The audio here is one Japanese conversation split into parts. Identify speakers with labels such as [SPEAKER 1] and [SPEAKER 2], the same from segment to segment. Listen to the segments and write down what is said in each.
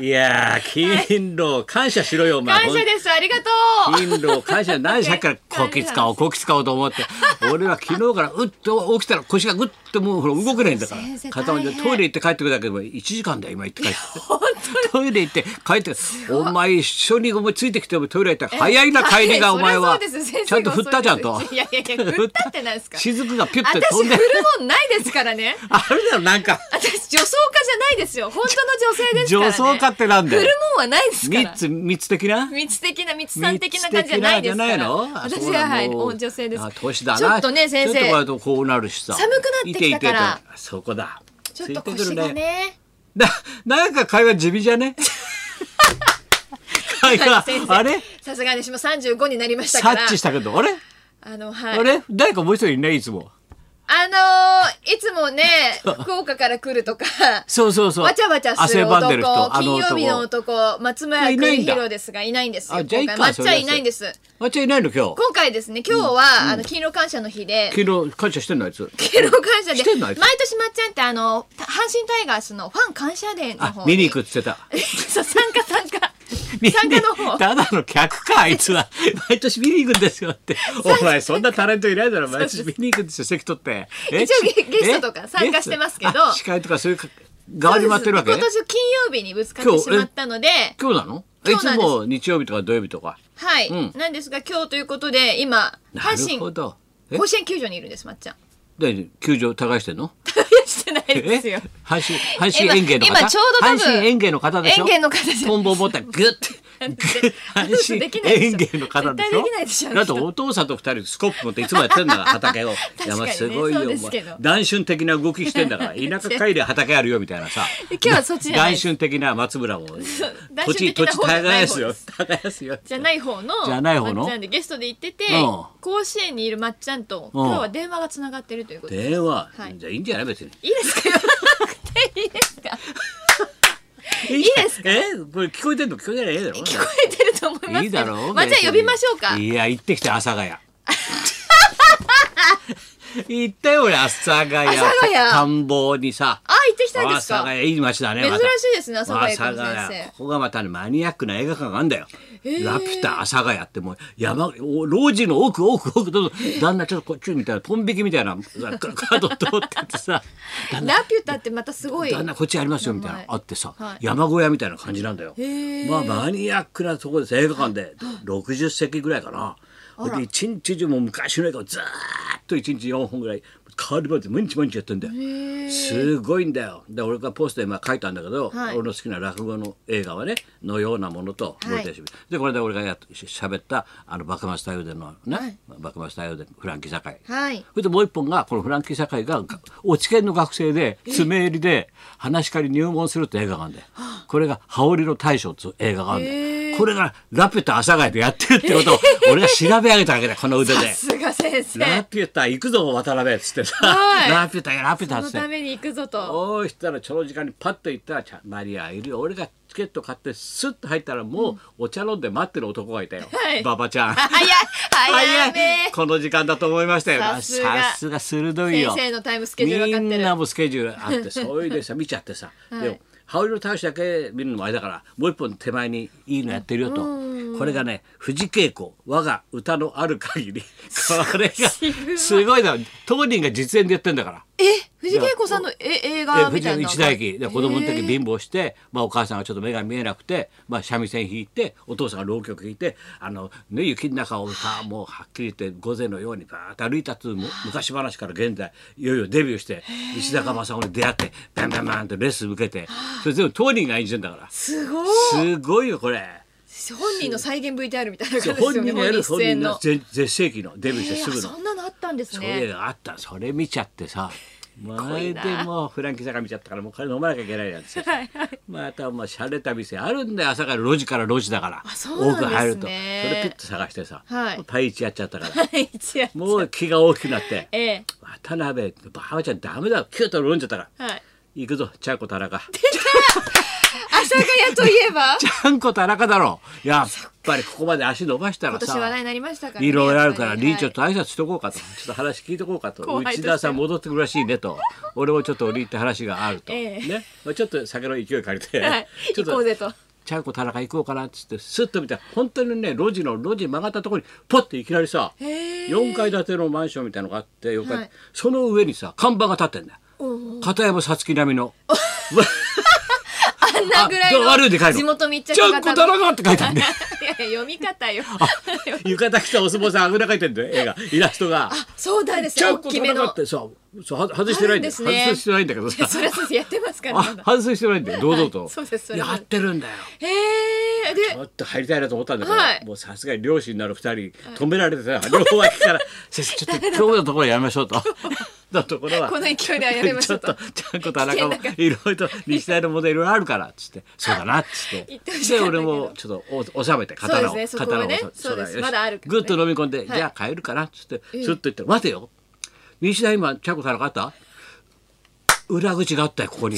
[SPEAKER 1] いやー、勤労、感謝しろよ、お前。
[SPEAKER 2] 感謝です。ありがとう。
[SPEAKER 1] 勤労感謝何さっきからこき使おうこき使おうと思 って俺は昨日からうっと起きたら腰がぐっともうほら動けないんだから
[SPEAKER 2] 先生
[SPEAKER 1] 肩を
[SPEAKER 2] 大変
[SPEAKER 1] トイレ行って帰ってくるだけでも1時間だよ今行って帰って
[SPEAKER 2] 本
[SPEAKER 1] トイレ行って帰ってお前一緒にお前ついてきてもトイレ行ったら早いな帰りがお前は
[SPEAKER 2] そりゃそうです先
[SPEAKER 1] ちゃ
[SPEAKER 2] 生
[SPEAKER 1] んと
[SPEAKER 2] が
[SPEAKER 1] 振ったじゃん と
[SPEAKER 2] 遅いですいやいやいや振ったってなんで すか
[SPEAKER 1] 雫がピュッて
[SPEAKER 2] 私
[SPEAKER 1] 飛
[SPEAKER 2] 振
[SPEAKER 1] ん
[SPEAKER 2] る
[SPEAKER 1] で
[SPEAKER 2] もんないですからね
[SPEAKER 1] あれだよなんか
[SPEAKER 2] 私女装家じゃないですよ本当の女性ですからね
[SPEAKER 1] 女装家ってなんだよ
[SPEAKER 2] 振るもんはないですから
[SPEAKER 1] 三つ三つ的な
[SPEAKER 2] 道的な道さん的な感じじゃないですか
[SPEAKER 1] 密的な
[SPEAKER 2] ら
[SPEAKER 1] じゃないのあ
[SPEAKER 2] 私
[SPEAKER 1] そうだ
[SPEAKER 2] ははい
[SPEAKER 1] もう
[SPEAKER 2] お女性です
[SPEAKER 1] あ年だな
[SPEAKER 2] ちょっとね先
[SPEAKER 1] ちょっとこうや
[SPEAKER 2] 生
[SPEAKER 1] るとこうなるしさ
[SPEAKER 2] 寒くなってきたから
[SPEAKER 1] いていていてそこだ
[SPEAKER 2] ちょっと腰が
[SPEAKER 1] ついてくる
[SPEAKER 2] ね
[SPEAKER 1] ななんか会話地味じゃ ね会話
[SPEAKER 2] 先生
[SPEAKER 1] あれ
[SPEAKER 2] さすがに私も35になりましたから
[SPEAKER 1] 察知したけどあれ
[SPEAKER 2] あのはい
[SPEAKER 1] あれ誰かもう一人いないいつも
[SPEAKER 2] あのーいつも ね福岡から来るとか
[SPEAKER 1] そうそうそう
[SPEAKER 2] わちゃわちゃする
[SPEAKER 1] 汗ばんでる人
[SPEAKER 2] 男
[SPEAKER 1] あの
[SPEAKER 2] 金
[SPEAKER 1] 男
[SPEAKER 2] 曜日の男松村
[SPEAKER 1] いないん
[SPEAKER 2] 邦
[SPEAKER 1] だ
[SPEAKER 2] 弘ですがいないんですよ
[SPEAKER 1] あじゃあいいか
[SPEAKER 2] 今回
[SPEAKER 1] そ
[SPEAKER 2] 抹
[SPEAKER 1] れ
[SPEAKER 2] 茶
[SPEAKER 1] は
[SPEAKER 2] いないんです
[SPEAKER 1] あちゃいないの今日
[SPEAKER 2] 今回ですね今日は、あの勤労感謝の日で
[SPEAKER 1] 昨日感謝してんのあいつ
[SPEAKER 2] 敬老感謝で
[SPEAKER 1] してんのあ
[SPEAKER 2] 毎
[SPEAKER 1] いつ
[SPEAKER 2] 年まっちゃんってあのた阪神タイガースのファン感謝デーの
[SPEAKER 1] あ
[SPEAKER 2] 方
[SPEAKER 1] 見に行くっつってた
[SPEAKER 2] く そう参加参加参加の 方
[SPEAKER 1] ただの客 かあいつは毎年見に行くんですよってお前そんなタレントいないだろ毎年見に行くんですよ席取ってえ
[SPEAKER 2] 一応ゲ
[SPEAKER 1] し
[SPEAKER 2] ゲストとか
[SPEAKER 1] え
[SPEAKER 2] 参加してますけど
[SPEAKER 1] ゲストあ司会とかそういうか側に回ってるわけ
[SPEAKER 2] そうです今年金曜日にぶつかってしまったので
[SPEAKER 1] 今日なのい
[SPEAKER 2] 今日
[SPEAKER 1] つ
[SPEAKER 2] なんです
[SPEAKER 1] も日曜日とか土曜日とか
[SPEAKER 2] はい、
[SPEAKER 1] うん
[SPEAKER 2] なんですが今日ということで今
[SPEAKER 1] な
[SPEAKER 2] 阪神
[SPEAKER 1] るほ
[SPEAKER 2] 甲
[SPEAKER 1] どえ
[SPEAKER 2] 子園球場にいるんですまっちゃんい
[SPEAKER 1] で球場耕してんの
[SPEAKER 2] やしてない
[SPEAKER 1] え
[SPEAKER 2] ですよ
[SPEAKER 1] 阪神阪神園芸の方
[SPEAKER 2] 今今ちょうど多分
[SPEAKER 1] 阪神園芸の方でしょ
[SPEAKER 2] 園芸の方です
[SPEAKER 1] トンボを持ったらグッて
[SPEAKER 2] なんて
[SPEAKER 1] 阪神
[SPEAKER 2] できないでし
[SPEAKER 1] 園
[SPEAKER 2] ょ
[SPEAKER 1] 芸の方でし
[SPEAKER 2] 絶対
[SPEAKER 1] ょ
[SPEAKER 2] できないでしょ
[SPEAKER 1] だ
[SPEAKER 2] あの
[SPEAKER 1] って
[SPEAKER 2] 人
[SPEAKER 1] お父さんと二人スコップ持っていつもやってんだから畑 を
[SPEAKER 2] かにね
[SPEAKER 1] いやまあすごいよ
[SPEAKER 2] そうですけど
[SPEAKER 1] お前男春的な動きしてんだ から田舎帰りは畑あるよみたいなさ
[SPEAKER 2] 今日はそっちじゃない
[SPEAKER 1] 男春的な松村を 土
[SPEAKER 2] 男
[SPEAKER 1] 地
[SPEAKER 2] 春
[SPEAKER 1] 土
[SPEAKER 2] 的な
[SPEAKER 1] 地
[SPEAKER 2] 方じゃない
[SPEAKER 1] 耕
[SPEAKER 2] 方
[SPEAKER 1] すよ
[SPEAKER 2] です
[SPEAKER 1] 耕すよ
[SPEAKER 2] じゃない方の
[SPEAKER 1] じゃない方の
[SPEAKER 2] まっちゃんでゲストで行ってて、
[SPEAKER 1] うん
[SPEAKER 2] 甲子園にいるまっちゃんと今日は電話がつながってるということで
[SPEAKER 1] 電話
[SPEAKER 2] はい
[SPEAKER 1] じゃあいいんじゃない別に
[SPEAKER 2] いいですか言わなくていいですか
[SPEAKER 1] いい
[SPEAKER 2] で
[SPEAKER 1] か
[SPEAKER 2] す
[SPEAKER 1] えこれ聞こえてんの聞こえてないだろ
[SPEAKER 2] 聞こえてると思います
[SPEAKER 1] いい
[SPEAKER 2] け
[SPEAKER 1] だ
[SPEAKER 2] ど
[SPEAKER 1] ろう。
[SPEAKER 2] まっちゃん呼びましょうか
[SPEAKER 1] 別にいや、行ってきて、阿佐 ヶ谷。行ったよ、俺、阿佐ヶ谷。
[SPEAKER 2] 阿佐ヶ谷
[SPEAKER 1] 田んぼにさ。
[SPEAKER 2] あ行ってきたん
[SPEAKER 1] 阿
[SPEAKER 2] です
[SPEAKER 1] 佐ヶ
[SPEAKER 2] か
[SPEAKER 1] 谷、いい街だね。
[SPEAKER 2] 珍
[SPEAKER 1] また
[SPEAKER 2] しいですね阿佐ヶ谷
[SPEAKER 1] 阿佐
[SPEAKER 2] 久保
[SPEAKER 1] ヶ
[SPEAKER 2] 先
[SPEAKER 1] 谷
[SPEAKER 2] 生
[SPEAKER 1] ここがまたね、マニアックな映画館があんだよ。
[SPEAKER 2] ー
[SPEAKER 1] ラピュタ、阿佐ヶ谷ってもう、山、お老人の奥、奥、奥、どうぞ旦那、ちょっとこっちみたいな、トン引きみたいな、カード通ってってさ。
[SPEAKER 2] ラピュタってまたすごい
[SPEAKER 1] 旦那こっちありますよみたいな
[SPEAKER 2] 名前
[SPEAKER 1] あってさ、
[SPEAKER 2] はい
[SPEAKER 1] 山小屋みたいな感じなんだよ
[SPEAKER 2] へえ
[SPEAKER 1] まあマニアックなとこです映画館で60席ぐらいかなほいで一日中もう昔の映画をずーっと一日4本ぐらい変わりまで毎日毎日やってんだよすごいんだよで俺がポストでまあ書いたんだけど、
[SPEAKER 2] はい
[SPEAKER 1] 俺の好きな落語の映画はねのようなものと
[SPEAKER 2] はい
[SPEAKER 1] ローテーションでこれで俺がやっし喋ったあの幕末太陽伝のね、
[SPEAKER 2] はい
[SPEAKER 1] 幕末太陽伝フランキー堺、
[SPEAKER 2] はい
[SPEAKER 1] それでもう一本がこのフランキー堺がが落研の学生で爪入りで話し家に入門するって映画があるんだよこれが「羽織の大将」っていう映画があるんだよ、これが「ラピュタ阿佐ヶ谷」でやってるって ことを俺が調べ上げたわけだよこの腕
[SPEAKER 2] さ
[SPEAKER 1] で。
[SPEAKER 2] すが先生
[SPEAKER 1] ラピュタ行くぞ渡辺っつってさ、
[SPEAKER 2] はい
[SPEAKER 1] ラピュタやラピュタ
[SPEAKER 2] そ
[SPEAKER 1] っつ
[SPEAKER 2] の
[SPEAKER 1] って
[SPEAKER 2] ために行くぞと
[SPEAKER 1] おうしたらその時間にパッと行ったらちゃマリアいるよ俺がチケット買ってスッと入ったらもうお茶飲んで待ってる男がいたよ、
[SPEAKER 2] はい
[SPEAKER 1] ババちゃん
[SPEAKER 2] 早い 早め
[SPEAKER 1] この時間だと思いましたよ
[SPEAKER 2] さすが
[SPEAKER 1] さすが鋭い
[SPEAKER 2] 先
[SPEAKER 1] よ
[SPEAKER 2] 生のタイムスケジュール分かってる
[SPEAKER 1] みんなもスケジュールあってそういうで さ見ちゃってさ、
[SPEAKER 2] はい
[SPEAKER 1] でも羽織の大将だけ見るのもあれだからもう一本手前にいいのやってるよと、これがね藤恵子我が歌のある限 りこれ
[SPEAKER 2] 渋
[SPEAKER 1] が
[SPEAKER 2] い
[SPEAKER 1] すごいだろ当人が実演でやってんだから。
[SPEAKER 2] え藤恵子さんのえ映画み
[SPEAKER 1] 藤
[SPEAKER 2] たいなのが
[SPEAKER 1] 一大輝で子供の時
[SPEAKER 2] へー
[SPEAKER 1] 貧乏して、まあ、お母さんがちょっと目が見えなくて、まあ、三味線弾いてお父さんが浪曲弾いて「あのね雪の中を歌もうはっきり言って午前のようにバーッと歩いたというむ昔話から現在いよいよデビューして石坂正雄に出会ってバンバンバンとレッスン受けてそれ全部当人が演じてんだから
[SPEAKER 2] すご
[SPEAKER 1] すごいよこれ。
[SPEAKER 2] い本人の再現 VTR みたいな感じですよ
[SPEAKER 1] 本
[SPEAKER 2] ね
[SPEAKER 1] 人がやる本
[SPEAKER 2] 本人出演
[SPEAKER 1] 人
[SPEAKER 2] の
[SPEAKER 1] のぜ絶世紀のデビューしてすぐ
[SPEAKER 2] えー
[SPEAKER 1] の
[SPEAKER 2] そ。んなのあったんです
[SPEAKER 1] それ
[SPEAKER 2] ね
[SPEAKER 1] があったそれ見ちゃってさ前
[SPEAKER 2] い
[SPEAKER 1] で
[SPEAKER 2] な
[SPEAKER 1] もうフランキー坂見ちゃったからもうこれ飲まなきゃいけないなんつってまたもう洒落た店あるんだよ朝から路地から路地だから
[SPEAKER 2] そうなんですね
[SPEAKER 1] 奥入るとそれピッと探してさ、
[SPEAKER 2] はい
[SPEAKER 1] パイイチやっちゃったから
[SPEAKER 2] 一夜
[SPEAKER 1] もう気が大きくなって
[SPEAKER 2] ええ
[SPEAKER 1] 渡辺ばあちゃんダメだキュッと飲んじゃったから
[SPEAKER 2] はい
[SPEAKER 1] 行くぞちゃんこ 田中
[SPEAKER 2] 阿佐ヶ谷といえば
[SPEAKER 1] ちゃんこ田中だろいやぱりここまで足伸ばしたら
[SPEAKER 2] 今
[SPEAKER 1] さ
[SPEAKER 2] 年話題になりましたからね
[SPEAKER 1] いろいろあるか
[SPEAKER 2] や
[SPEAKER 1] ら、
[SPEAKER 2] っぱ
[SPEAKER 1] リ
[SPEAKER 2] り
[SPEAKER 1] ーちょっと挨拶しとこうかと、ちょっと話聞いとこう かと、
[SPEAKER 2] 後輩として
[SPEAKER 1] 内田さん戻ってくるらしいねと、俺もちょっと折り入って話があると、
[SPEAKER 2] ええ
[SPEAKER 1] ね、まあちょっと酒の勢い借りて、
[SPEAKER 2] はい
[SPEAKER 1] ちょっ
[SPEAKER 2] 行こうぜと
[SPEAKER 1] ちゃんこ田中行こうかなっつって、スッと見たら、本当にね、路地の路地曲がったところに、ポッていきなりさ、
[SPEAKER 2] へえ
[SPEAKER 1] 4階建てのマンションみたいのがあって、4階、
[SPEAKER 2] はい
[SPEAKER 1] その上にさ、看板が立ってんだよ。
[SPEAKER 2] おうおう
[SPEAKER 1] 片山さつき並みの。
[SPEAKER 2] あんなぐらい
[SPEAKER 1] あ悪いで書い
[SPEAKER 2] の
[SPEAKER 1] て
[SPEAKER 2] 地元密着
[SPEAKER 1] ちゃんこ
[SPEAKER 2] 型
[SPEAKER 1] 田
[SPEAKER 2] の
[SPEAKER 1] 中って書いてあるんだよ。
[SPEAKER 2] いやいや読み方よ
[SPEAKER 1] 浴衣着たお相撲さん、あぐらかいてんだよ、映画、イラストが。
[SPEAKER 2] そうだです
[SPEAKER 1] ちゃ
[SPEAKER 2] よ
[SPEAKER 1] ん
[SPEAKER 2] 大
[SPEAKER 1] こ
[SPEAKER 2] き
[SPEAKER 1] 田
[SPEAKER 2] め
[SPEAKER 1] 中
[SPEAKER 2] の
[SPEAKER 1] ってさ、そうは外してないんだよ。
[SPEAKER 2] あるんですね
[SPEAKER 1] 外してないんだけど
[SPEAKER 2] いや
[SPEAKER 1] さ。
[SPEAKER 2] それはやってますから
[SPEAKER 1] あ
[SPEAKER 2] まだ
[SPEAKER 1] 反省してないんだよ堂々と、
[SPEAKER 2] はいそうですそれ
[SPEAKER 1] や
[SPEAKER 2] は
[SPEAKER 1] ってるんだよ
[SPEAKER 2] へえで
[SPEAKER 1] もっと入りたいなと思ったんだけど、
[SPEAKER 2] はい
[SPEAKER 1] もうさすがに両親になる二人止められてさ、両脇 から「先生ちょっと今日のところやめましょう」と。のところは
[SPEAKER 2] この勢いではやめまし
[SPEAKER 1] ち
[SPEAKER 2] ょ
[SPEAKER 1] ょっ
[SPEAKER 2] うと
[SPEAKER 1] とちゃんこ田中も
[SPEAKER 2] 危険だから
[SPEAKER 1] いろいろと日大の問題いろいろあるからっつって「そうだな」っつって
[SPEAKER 2] 言ってほし
[SPEAKER 1] で
[SPEAKER 2] かったけ
[SPEAKER 1] 俺
[SPEAKER 2] ど
[SPEAKER 1] もちょっと収めて刀を、
[SPEAKER 2] そうですねそこ
[SPEAKER 1] 刀
[SPEAKER 2] は
[SPEAKER 1] を
[SPEAKER 2] ね
[SPEAKER 1] 収めて
[SPEAKER 2] そうです
[SPEAKER 1] よし
[SPEAKER 2] まだあるから
[SPEAKER 1] ぐ
[SPEAKER 2] ね
[SPEAKER 1] っと飲み込んで「
[SPEAKER 2] はい
[SPEAKER 1] じゃあ帰るかな」っつって
[SPEAKER 2] ええ
[SPEAKER 1] すっと言ったら「待てよ西大今ちゃんこ田中あった裏口があったよ ここに」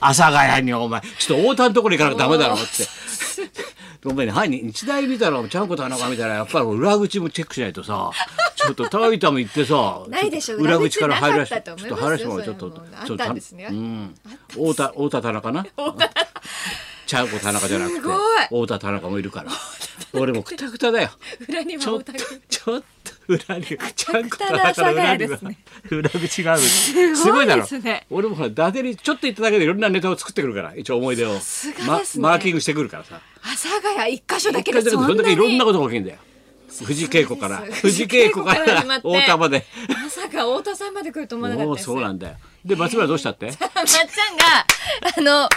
[SPEAKER 1] 阿佐ヶ谷にお前ちょっと太田のところ行かなきゃダメだろ」って「ごめんねはい日大見たらちゃんこ田中見たらやっぱり裏口もチェックしないと さちょっとタイタも行ってさ
[SPEAKER 2] ないでし
[SPEAKER 1] ちょ
[SPEAKER 2] ょ
[SPEAKER 1] っと裏口から入ら
[SPEAKER 2] 裏口な
[SPEAKER 1] せ
[SPEAKER 2] か
[SPEAKER 1] て
[SPEAKER 2] った
[SPEAKER 1] ち
[SPEAKER 2] と
[SPEAKER 1] ょっ
[SPEAKER 2] 思
[SPEAKER 1] と入ら
[SPEAKER 2] いますよ
[SPEAKER 1] せてもらうちょっ
[SPEAKER 2] そ
[SPEAKER 1] と
[SPEAKER 2] れはもう
[SPEAKER 1] ちょ
[SPEAKER 2] あったんですね
[SPEAKER 1] うん太田太田田中なちゃんこ田中じゃなくて
[SPEAKER 2] すごい
[SPEAKER 1] 太田田中もいるから俺もうくたくただよ
[SPEAKER 2] 裏には
[SPEAKER 1] ちょっ
[SPEAKER 2] 大
[SPEAKER 1] と
[SPEAKER 2] 谷
[SPEAKER 1] ちょっと裏にちゃんこ田
[SPEAKER 2] 阿佐
[SPEAKER 1] 中
[SPEAKER 2] ヶ
[SPEAKER 1] の裏
[SPEAKER 2] 谷
[SPEAKER 1] に
[SPEAKER 2] で
[SPEAKER 1] は
[SPEAKER 2] すね
[SPEAKER 1] 裏口がある
[SPEAKER 2] す
[SPEAKER 1] す
[SPEAKER 2] ご
[SPEAKER 1] ご
[SPEAKER 2] い
[SPEAKER 1] い
[SPEAKER 2] で
[SPEAKER 1] だ
[SPEAKER 2] すね
[SPEAKER 1] ろ俺もほら伊達にちょっと行っただけでいろんなネタを作ってくるから一応思い出を
[SPEAKER 2] すが
[SPEAKER 1] ま
[SPEAKER 2] ですね
[SPEAKER 1] マーキングしてくるからさ
[SPEAKER 2] 阿佐ヶ谷一箇所だけ
[SPEAKER 1] 一
[SPEAKER 2] で
[SPEAKER 1] 回だけ
[SPEAKER 2] そ
[SPEAKER 1] どそ
[SPEAKER 2] ん
[SPEAKER 1] れ
[SPEAKER 2] な
[SPEAKER 1] だけいろん
[SPEAKER 2] に
[SPEAKER 1] なことが起きるんだよ藤井恵子から
[SPEAKER 2] そうです
[SPEAKER 1] 藤井恵子か
[SPEAKER 2] 藤井恵子から
[SPEAKER 1] ら
[SPEAKER 2] 始まって
[SPEAKER 1] 太田まで
[SPEAKER 2] まさか太田さんまで来ると思わなかった
[SPEAKER 1] も
[SPEAKER 2] で
[SPEAKER 1] う
[SPEAKER 2] す
[SPEAKER 1] そうなんだよで松村どうしたって
[SPEAKER 2] まっちゃんが、あの、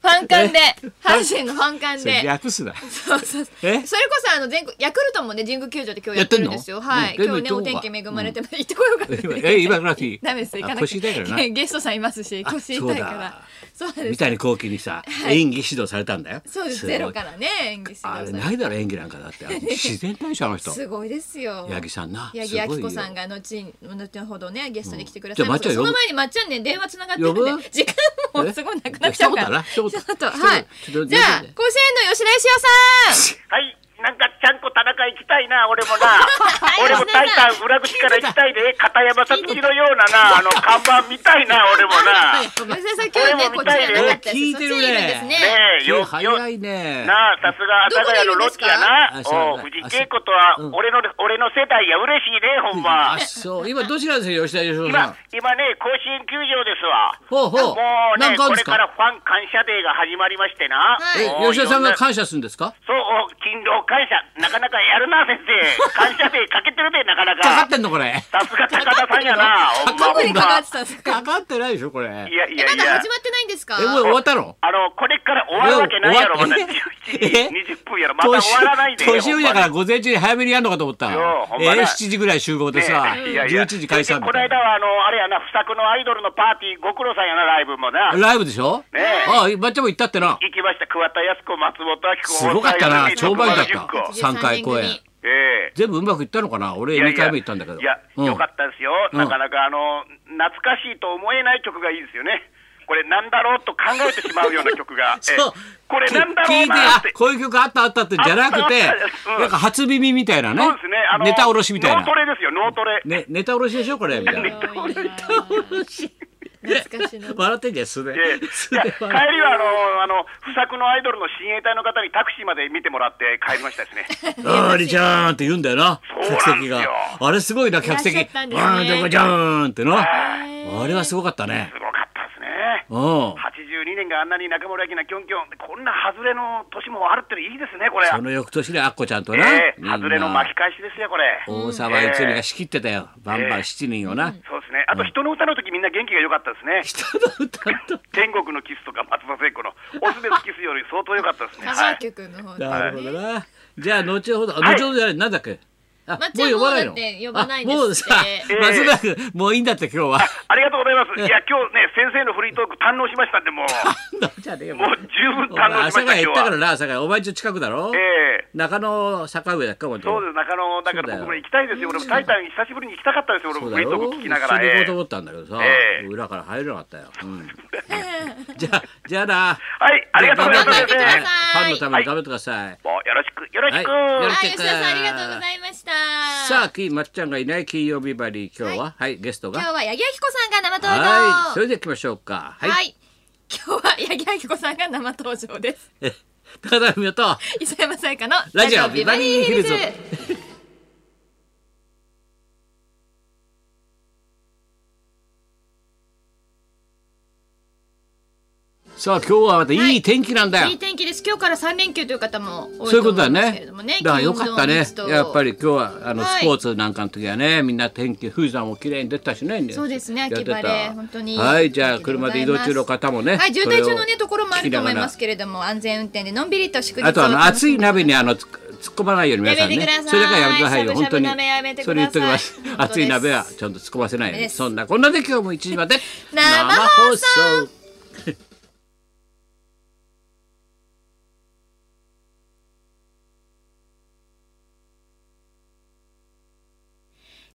[SPEAKER 2] ファンカンで、阪神のファンカン
[SPEAKER 1] それ
[SPEAKER 2] で。
[SPEAKER 1] 略 すな
[SPEAKER 2] そうそうそうそれ
[SPEAKER 1] え
[SPEAKER 2] こそあの全国ヤクルトもね神宮球場で今日やってるんですよ
[SPEAKER 1] やってんの
[SPEAKER 2] は
[SPEAKER 1] うん
[SPEAKER 2] い、今日ね
[SPEAKER 1] でも
[SPEAKER 2] お
[SPEAKER 1] 行
[SPEAKER 2] 天
[SPEAKER 1] こう
[SPEAKER 2] 気恵まれて、行ってこようかな
[SPEAKER 1] え今からいい
[SPEAKER 2] ダメです行かな
[SPEAKER 1] あ
[SPEAKER 2] きゃ
[SPEAKER 1] 腰痛いからな
[SPEAKER 2] ゲストさんいますし腰痛いから
[SPEAKER 1] あ
[SPEAKER 2] そうなんで
[SPEAKER 1] 三
[SPEAKER 2] す
[SPEAKER 1] 谷幸喜にさ演技指導されたんだよ
[SPEAKER 2] そうです
[SPEAKER 1] ごい
[SPEAKER 2] ゼロからね演技して
[SPEAKER 1] あれ
[SPEAKER 2] くだ
[SPEAKER 1] な
[SPEAKER 2] さい
[SPEAKER 1] いだろ演技なんかだ ってあの自然体でしょあの人
[SPEAKER 2] すごいですよ
[SPEAKER 1] 八木さんな
[SPEAKER 2] 八木亜
[SPEAKER 1] すごい
[SPEAKER 2] 希
[SPEAKER 1] よ
[SPEAKER 2] 子さんが後に後ほどねゲストに来てください
[SPEAKER 1] うんじゃあまっちゃん
[SPEAKER 2] ますそ
[SPEAKER 1] 呼ぶ
[SPEAKER 2] の前にまっちゃんね電話つながってるんで
[SPEAKER 1] 呼ぶ
[SPEAKER 2] 時間もすごいなくなっちゃうから
[SPEAKER 1] え一言な一言
[SPEAKER 2] ちょっとはい
[SPEAKER 1] 一言
[SPEAKER 2] じゃあ甲子園の吉田義雄さん
[SPEAKER 3] はい、なんかちゃんこ田中行きたいな、俺も な。俺も大胆裏口から行きたいで、片山さつきのようなな、あの看板見たいな、俺もな。
[SPEAKER 2] 吉田さん今日ねこっちじゃなかったです
[SPEAKER 1] 聞いてるね
[SPEAKER 2] そっちにいんですね
[SPEAKER 3] ねえ、
[SPEAKER 1] 今
[SPEAKER 3] よ、
[SPEAKER 1] 日早
[SPEAKER 3] よ、
[SPEAKER 1] いね
[SPEAKER 3] なあ、さすが阿佐ヶ谷のロッキやな。
[SPEAKER 1] どこに
[SPEAKER 3] おう
[SPEAKER 1] いるん
[SPEAKER 3] 藤井
[SPEAKER 1] ですか
[SPEAKER 3] 恵子と
[SPEAKER 1] あ
[SPEAKER 3] は
[SPEAKER 1] そううん、
[SPEAKER 3] 俺の、俺の世代や、嬉しいね、ほんま
[SPEAKER 1] あ。そう今どちらですよ吉田芳生さん
[SPEAKER 3] 今、今ね、甲子園球場ですわ。
[SPEAKER 1] ほうほう
[SPEAKER 3] もう
[SPEAKER 1] なん
[SPEAKER 3] ね、
[SPEAKER 1] かある
[SPEAKER 3] こ
[SPEAKER 1] んで
[SPEAKER 3] れ
[SPEAKER 1] すか
[SPEAKER 3] からファン感謝デーが始まりましてな。
[SPEAKER 1] え
[SPEAKER 3] おう
[SPEAKER 1] 吉田さん
[SPEAKER 3] いろ
[SPEAKER 1] が
[SPEAKER 3] な
[SPEAKER 1] 感謝するんですか
[SPEAKER 3] そう、お勤労感謝。なかなかやるな、先生。感謝デーかけてるで、なかなか。
[SPEAKER 1] かかってんのこれ
[SPEAKER 3] さすが高田さんやな。ほんま
[SPEAKER 2] どこ
[SPEAKER 3] ほ
[SPEAKER 2] に
[SPEAKER 3] ん
[SPEAKER 2] かか
[SPEAKER 3] ま
[SPEAKER 2] ってたんですか
[SPEAKER 1] かかってないでしょこれ
[SPEAKER 3] いやい
[SPEAKER 2] え
[SPEAKER 3] や
[SPEAKER 2] ま
[SPEAKER 3] い
[SPEAKER 2] だ
[SPEAKER 3] や
[SPEAKER 2] 始。まってないんですか
[SPEAKER 1] えもう終わったの
[SPEAKER 3] あの、これから終わるわけないやろ、
[SPEAKER 1] もう
[SPEAKER 3] ま
[SPEAKER 1] 終わ
[SPEAKER 3] だ
[SPEAKER 1] っ
[SPEAKER 3] 11 時
[SPEAKER 1] え
[SPEAKER 3] 20分やろ。まだ終わらないで。
[SPEAKER 1] 年年寄りだから
[SPEAKER 3] ほんま
[SPEAKER 1] 午前中に早めにやんのかと思った
[SPEAKER 3] ようほんま
[SPEAKER 1] え
[SPEAKER 3] な
[SPEAKER 1] 7時ぐらい集合でさ
[SPEAKER 3] ねえいやいや
[SPEAKER 1] 11時解散
[SPEAKER 3] で
[SPEAKER 1] み
[SPEAKER 3] この
[SPEAKER 1] たいな
[SPEAKER 3] 間は、あの、あれやな、不作のアイドルのパーティー、ご苦労さんやな、ライブもな。
[SPEAKER 1] ライブでしょ
[SPEAKER 3] ねえ
[SPEAKER 1] ああばっちゃんも行ったってな
[SPEAKER 3] 行きました、桑田靖子、松本明子、
[SPEAKER 1] すごかったな
[SPEAKER 3] 太田
[SPEAKER 1] 超満員だった
[SPEAKER 3] 60個
[SPEAKER 1] 三回公演
[SPEAKER 3] ええ。
[SPEAKER 1] 全部うまくいったのかな俺
[SPEAKER 3] いやいや
[SPEAKER 1] 2回目行ったんだけど
[SPEAKER 3] いや、
[SPEAKER 1] うん
[SPEAKER 3] よかったですよ、
[SPEAKER 1] うん
[SPEAKER 3] なかなかあの懐かしいと思えない曲がいいですよね、これ、なんだろうと考えてしまうような曲が、
[SPEAKER 1] そ
[SPEAKER 3] え
[SPEAKER 1] う
[SPEAKER 3] これ、なんだろ
[SPEAKER 1] 聞
[SPEAKER 3] う
[SPEAKER 1] いて
[SPEAKER 3] な
[SPEAKER 1] あ
[SPEAKER 3] って、
[SPEAKER 1] こういう曲あったあったってじゃなくて
[SPEAKER 3] あったあったうん
[SPEAKER 1] なんか初耳みたいなね
[SPEAKER 3] そうですね、あの
[SPEAKER 1] ネタおろしみたいな
[SPEAKER 3] 脳トレですよ、脳 トレ、
[SPEAKER 1] ね、ネタおろしでしょこれみたいな。
[SPEAKER 2] 懐かしいな
[SPEAKER 1] 笑ってんじゃん、素で。
[SPEAKER 3] ええ
[SPEAKER 1] 素
[SPEAKER 3] いや
[SPEAKER 1] で
[SPEAKER 3] 帰り
[SPEAKER 1] 笑
[SPEAKER 3] はあのあの不作のアイドルの親衛隊の方にタクシーまで見てもらって帰りましたですね。
[SPEAKER 1] って。あーりじゃーんって言うんだよな
[SPEAKER 3] そうなん、で
[SPEAKER 1] 客
[SPEAKER 3] すよ
[SPEAKER 1] 席が。あれすごいな、客席。
[SPEAKER 2] いらっしゃったんですね
[SPEAKER 1] あーどこじゃーんってな。あれはすごかった ね
[SPEAKER 3] す。ごかったですね。
[SPEAKER 1] うん。
[SPEAKER 3] 82年があんなに中村明菜キョンキョン、こんな外れの年もあるってのいいですね、これ。
[SPEAKER 1] その翌年であっこちゃんとな。
[SPEAKER 3] ええ
[SPEAKER 1] みんな
[SPEAKER 3] 外れの巻き返しですよ、これ。
[SPEAKER 1] 大沢悦美が仕切ってたよ。バンバン7人をな。
[SPEAKER 3] そうですね。あと人の歌の時みんな元気が良かったですね。
[SPEAKER 1] 人の歌と。
[SPEAKER 3] 天国のキスとか松田聖子のオスベスキスより相当良かっ たですね。
[SPEAKER 2] 歌
[SPEAKER 3] は
[SPEAKER 2] 唱
[SPEAKER 3] い。
[SPEAKER 2] 曲の方で
[SPEAKER 1] なるほどな。じゃあ、後ほど、あ
[SPEAKER 3] はい
[SPEAKER 1] 後ほどじゃない、なんだっけ。あ
[SPEAKER 2] 松山だって呼ばないんですっ
[SPEAKER 1] あ
[SPEAKER 2] て
[SPEAKER 1] もうさ、
[SPEAKER 3] ええ
[SPEAKER 1] 松村君、もういいんだって、今日 は。
[SPEAKER 3] ありがとうございます。いや今日ね先生のフリートーク堪能しましたんでもう
[SPEAKER 1] じゃねえよ
[SPEAKER 3] もう十分
[SPEAKER 1] お前
[SPEAKER 3] 堪能
[SPEAKER 1] 阿
[SPEAKER 3] しま
[SPEAKER 1] 佐
[SPEAKER 3] し
[SPEAKER 1] ヶ
[SPEAKER 3] た
[SPEAKER 1] 谷行っ
[SPEAKER 3] 今日
[SPEAKER 1] たか
[SPEAKER 3] は
[SPEAKER 1] ら。な阿佐ヶ谷お前んち近くだろ、
[SPEAKER 3] ええ
[SPEAKER 1] 中野坂上だっかも
[SPEAKER 3] そうです中野だから僕も行きたいですよ。俺もタイタン久しぶりに行きたかったですよ。俺も
[SPEAKER 1] そう
[SPEAKER 3] フ
[SPEAKER 1] だ
[SPEAKER 3] リート
[SPEAKER 1] ろ
[SPEAKER 3] ーク聞きなが
[SPEAKER 1] 一緒
[SPEAKER 3] ら。
[SPEAKER 1] に行こう
[SPEAKER 3] え
[SPEAKER 1] と
[SPEAKER 3] え
[SPEAKER 1] 思ったんだけどさ、
[SPEAKER 3] ええ
[SPEAKER 1] 裏から入れなかったよ、うんじゃあじゃあな
[SPEAKER 3] はいありがとうございます
[SPEAKER 1] 頑張ってく
[SPEAKER 3] 先
[SPEAKER 1] ださいァ
[SPEAKER 3] 生。
[SPEAKER 1] ンのために頑張ってください。
[SPEAKER 3] もうよろしく、よろしく。
[SPEAKER 1] はいよろしく
[SPEAKER 2] はい、吉田さんありがとうございました。
[SPEAKER 1] さあ、きまっちゃんがいない金曜日バリー、今日は、はい、ゲスト
[SPEAKER 2] 今
[SPEAKER 1] が。
[SPEAKER 2] 日は八木亜希子さんが生登場。
[SPEAKER 1] はい、それでは行きましょうか。
[SPEAKER 2] は
[SPEAKER 1] はい。
[SPEAKER 2] い今日は八木亜希子さんが生登場です。
[SPEAKER 1] 高田文夫と。
[SPEAKER 2] 磯山さやかの
[SPEAKER 1] ラジオビバリーヒルズさあ、今日はまたいい天気なんだよ
[SPEAKER 2] いい。天気です。今日から三連休という方も
[SPEAKER 1] そうい
[SPEAKER 2] 多い
[SPEAKER 1] う
[SPEAKER 2] と
[SPEAKER 1] こ
[SPEAKER 2] 思
[SPEAKER 1] とだ
[SPEAKER 2] うんですけれ
[SPEAKER 1] ね
[SPEAKER 2] どもね。。
[SPEAKER 1] だからよかったね
[SPEAKER 2] 金土。日と
[SPEAKER 1] やっぱり今日はあの
[SPEAKER 2] はい
[SPEAKER 1] スポーツなんかの時はね、みんな天気富士山も綺麗に出てたしね。
[SPEAKER 2] そうですね
[SPEAKER 1] やってた
[SPEAKER 2] 秋晴れ本当にいい
[SPEAKER 1] はい、じゃあ
[SPEAKER 2] 天気でご
[SPEAKER 1] 車
[SPEAKER 2] ざ
[SPEAKER 1] で移
[SPEAKER 2] います
[SPEAKER 1] 動中の方もね。
[SPEAKER 2] はい、渋滞中のねところも
[SPEAKER 1] それを聞
[SPEAKER 2] あると思い
[SPEAKER 1] きなが
[SPEAKER 2] ま
[SPEAKER 1] ら
[SPEAKER 2] すけれども、安全運転でのんびりと祝日を
[SPEAKER 1] あとあの
[SPEAKER 2] 楽し
[SPEAKER 1] 熱い
[SPEAKER 2] んで
[SPEAKER 1] 鍋にあのつ突っ込まないように皆さん
[SPEAKER 2] やめ
[SPEAKER 1] ね
[SPEAKER 2] てください
[SPEAKER 1] それだけはやめてくださいよ
[SPEAKER 2] しゃ
[SPEAKER 1] 本
[SPEAKER 2] ぶしゃ
[SPEAKER 1] 当
[SPEAKER 2] ぶ
[SPEAKER 1] に
[SPEAKER 2] 鍋やめてください
[SPEAKER 1] それ言っておきます
[SPEAKER 2] 本当です
[SPEAKER 1] 熱い鍋はちゃんと突っ込ませないよう
[SPEAKER 2] で
[SPEAKER 1] に
[SPEAKER 2] す
[SPEAKER 1] そんなこんなで今日も1時まで
[SPEAKER 2] 生放送
[SPEAKER 1] 生放送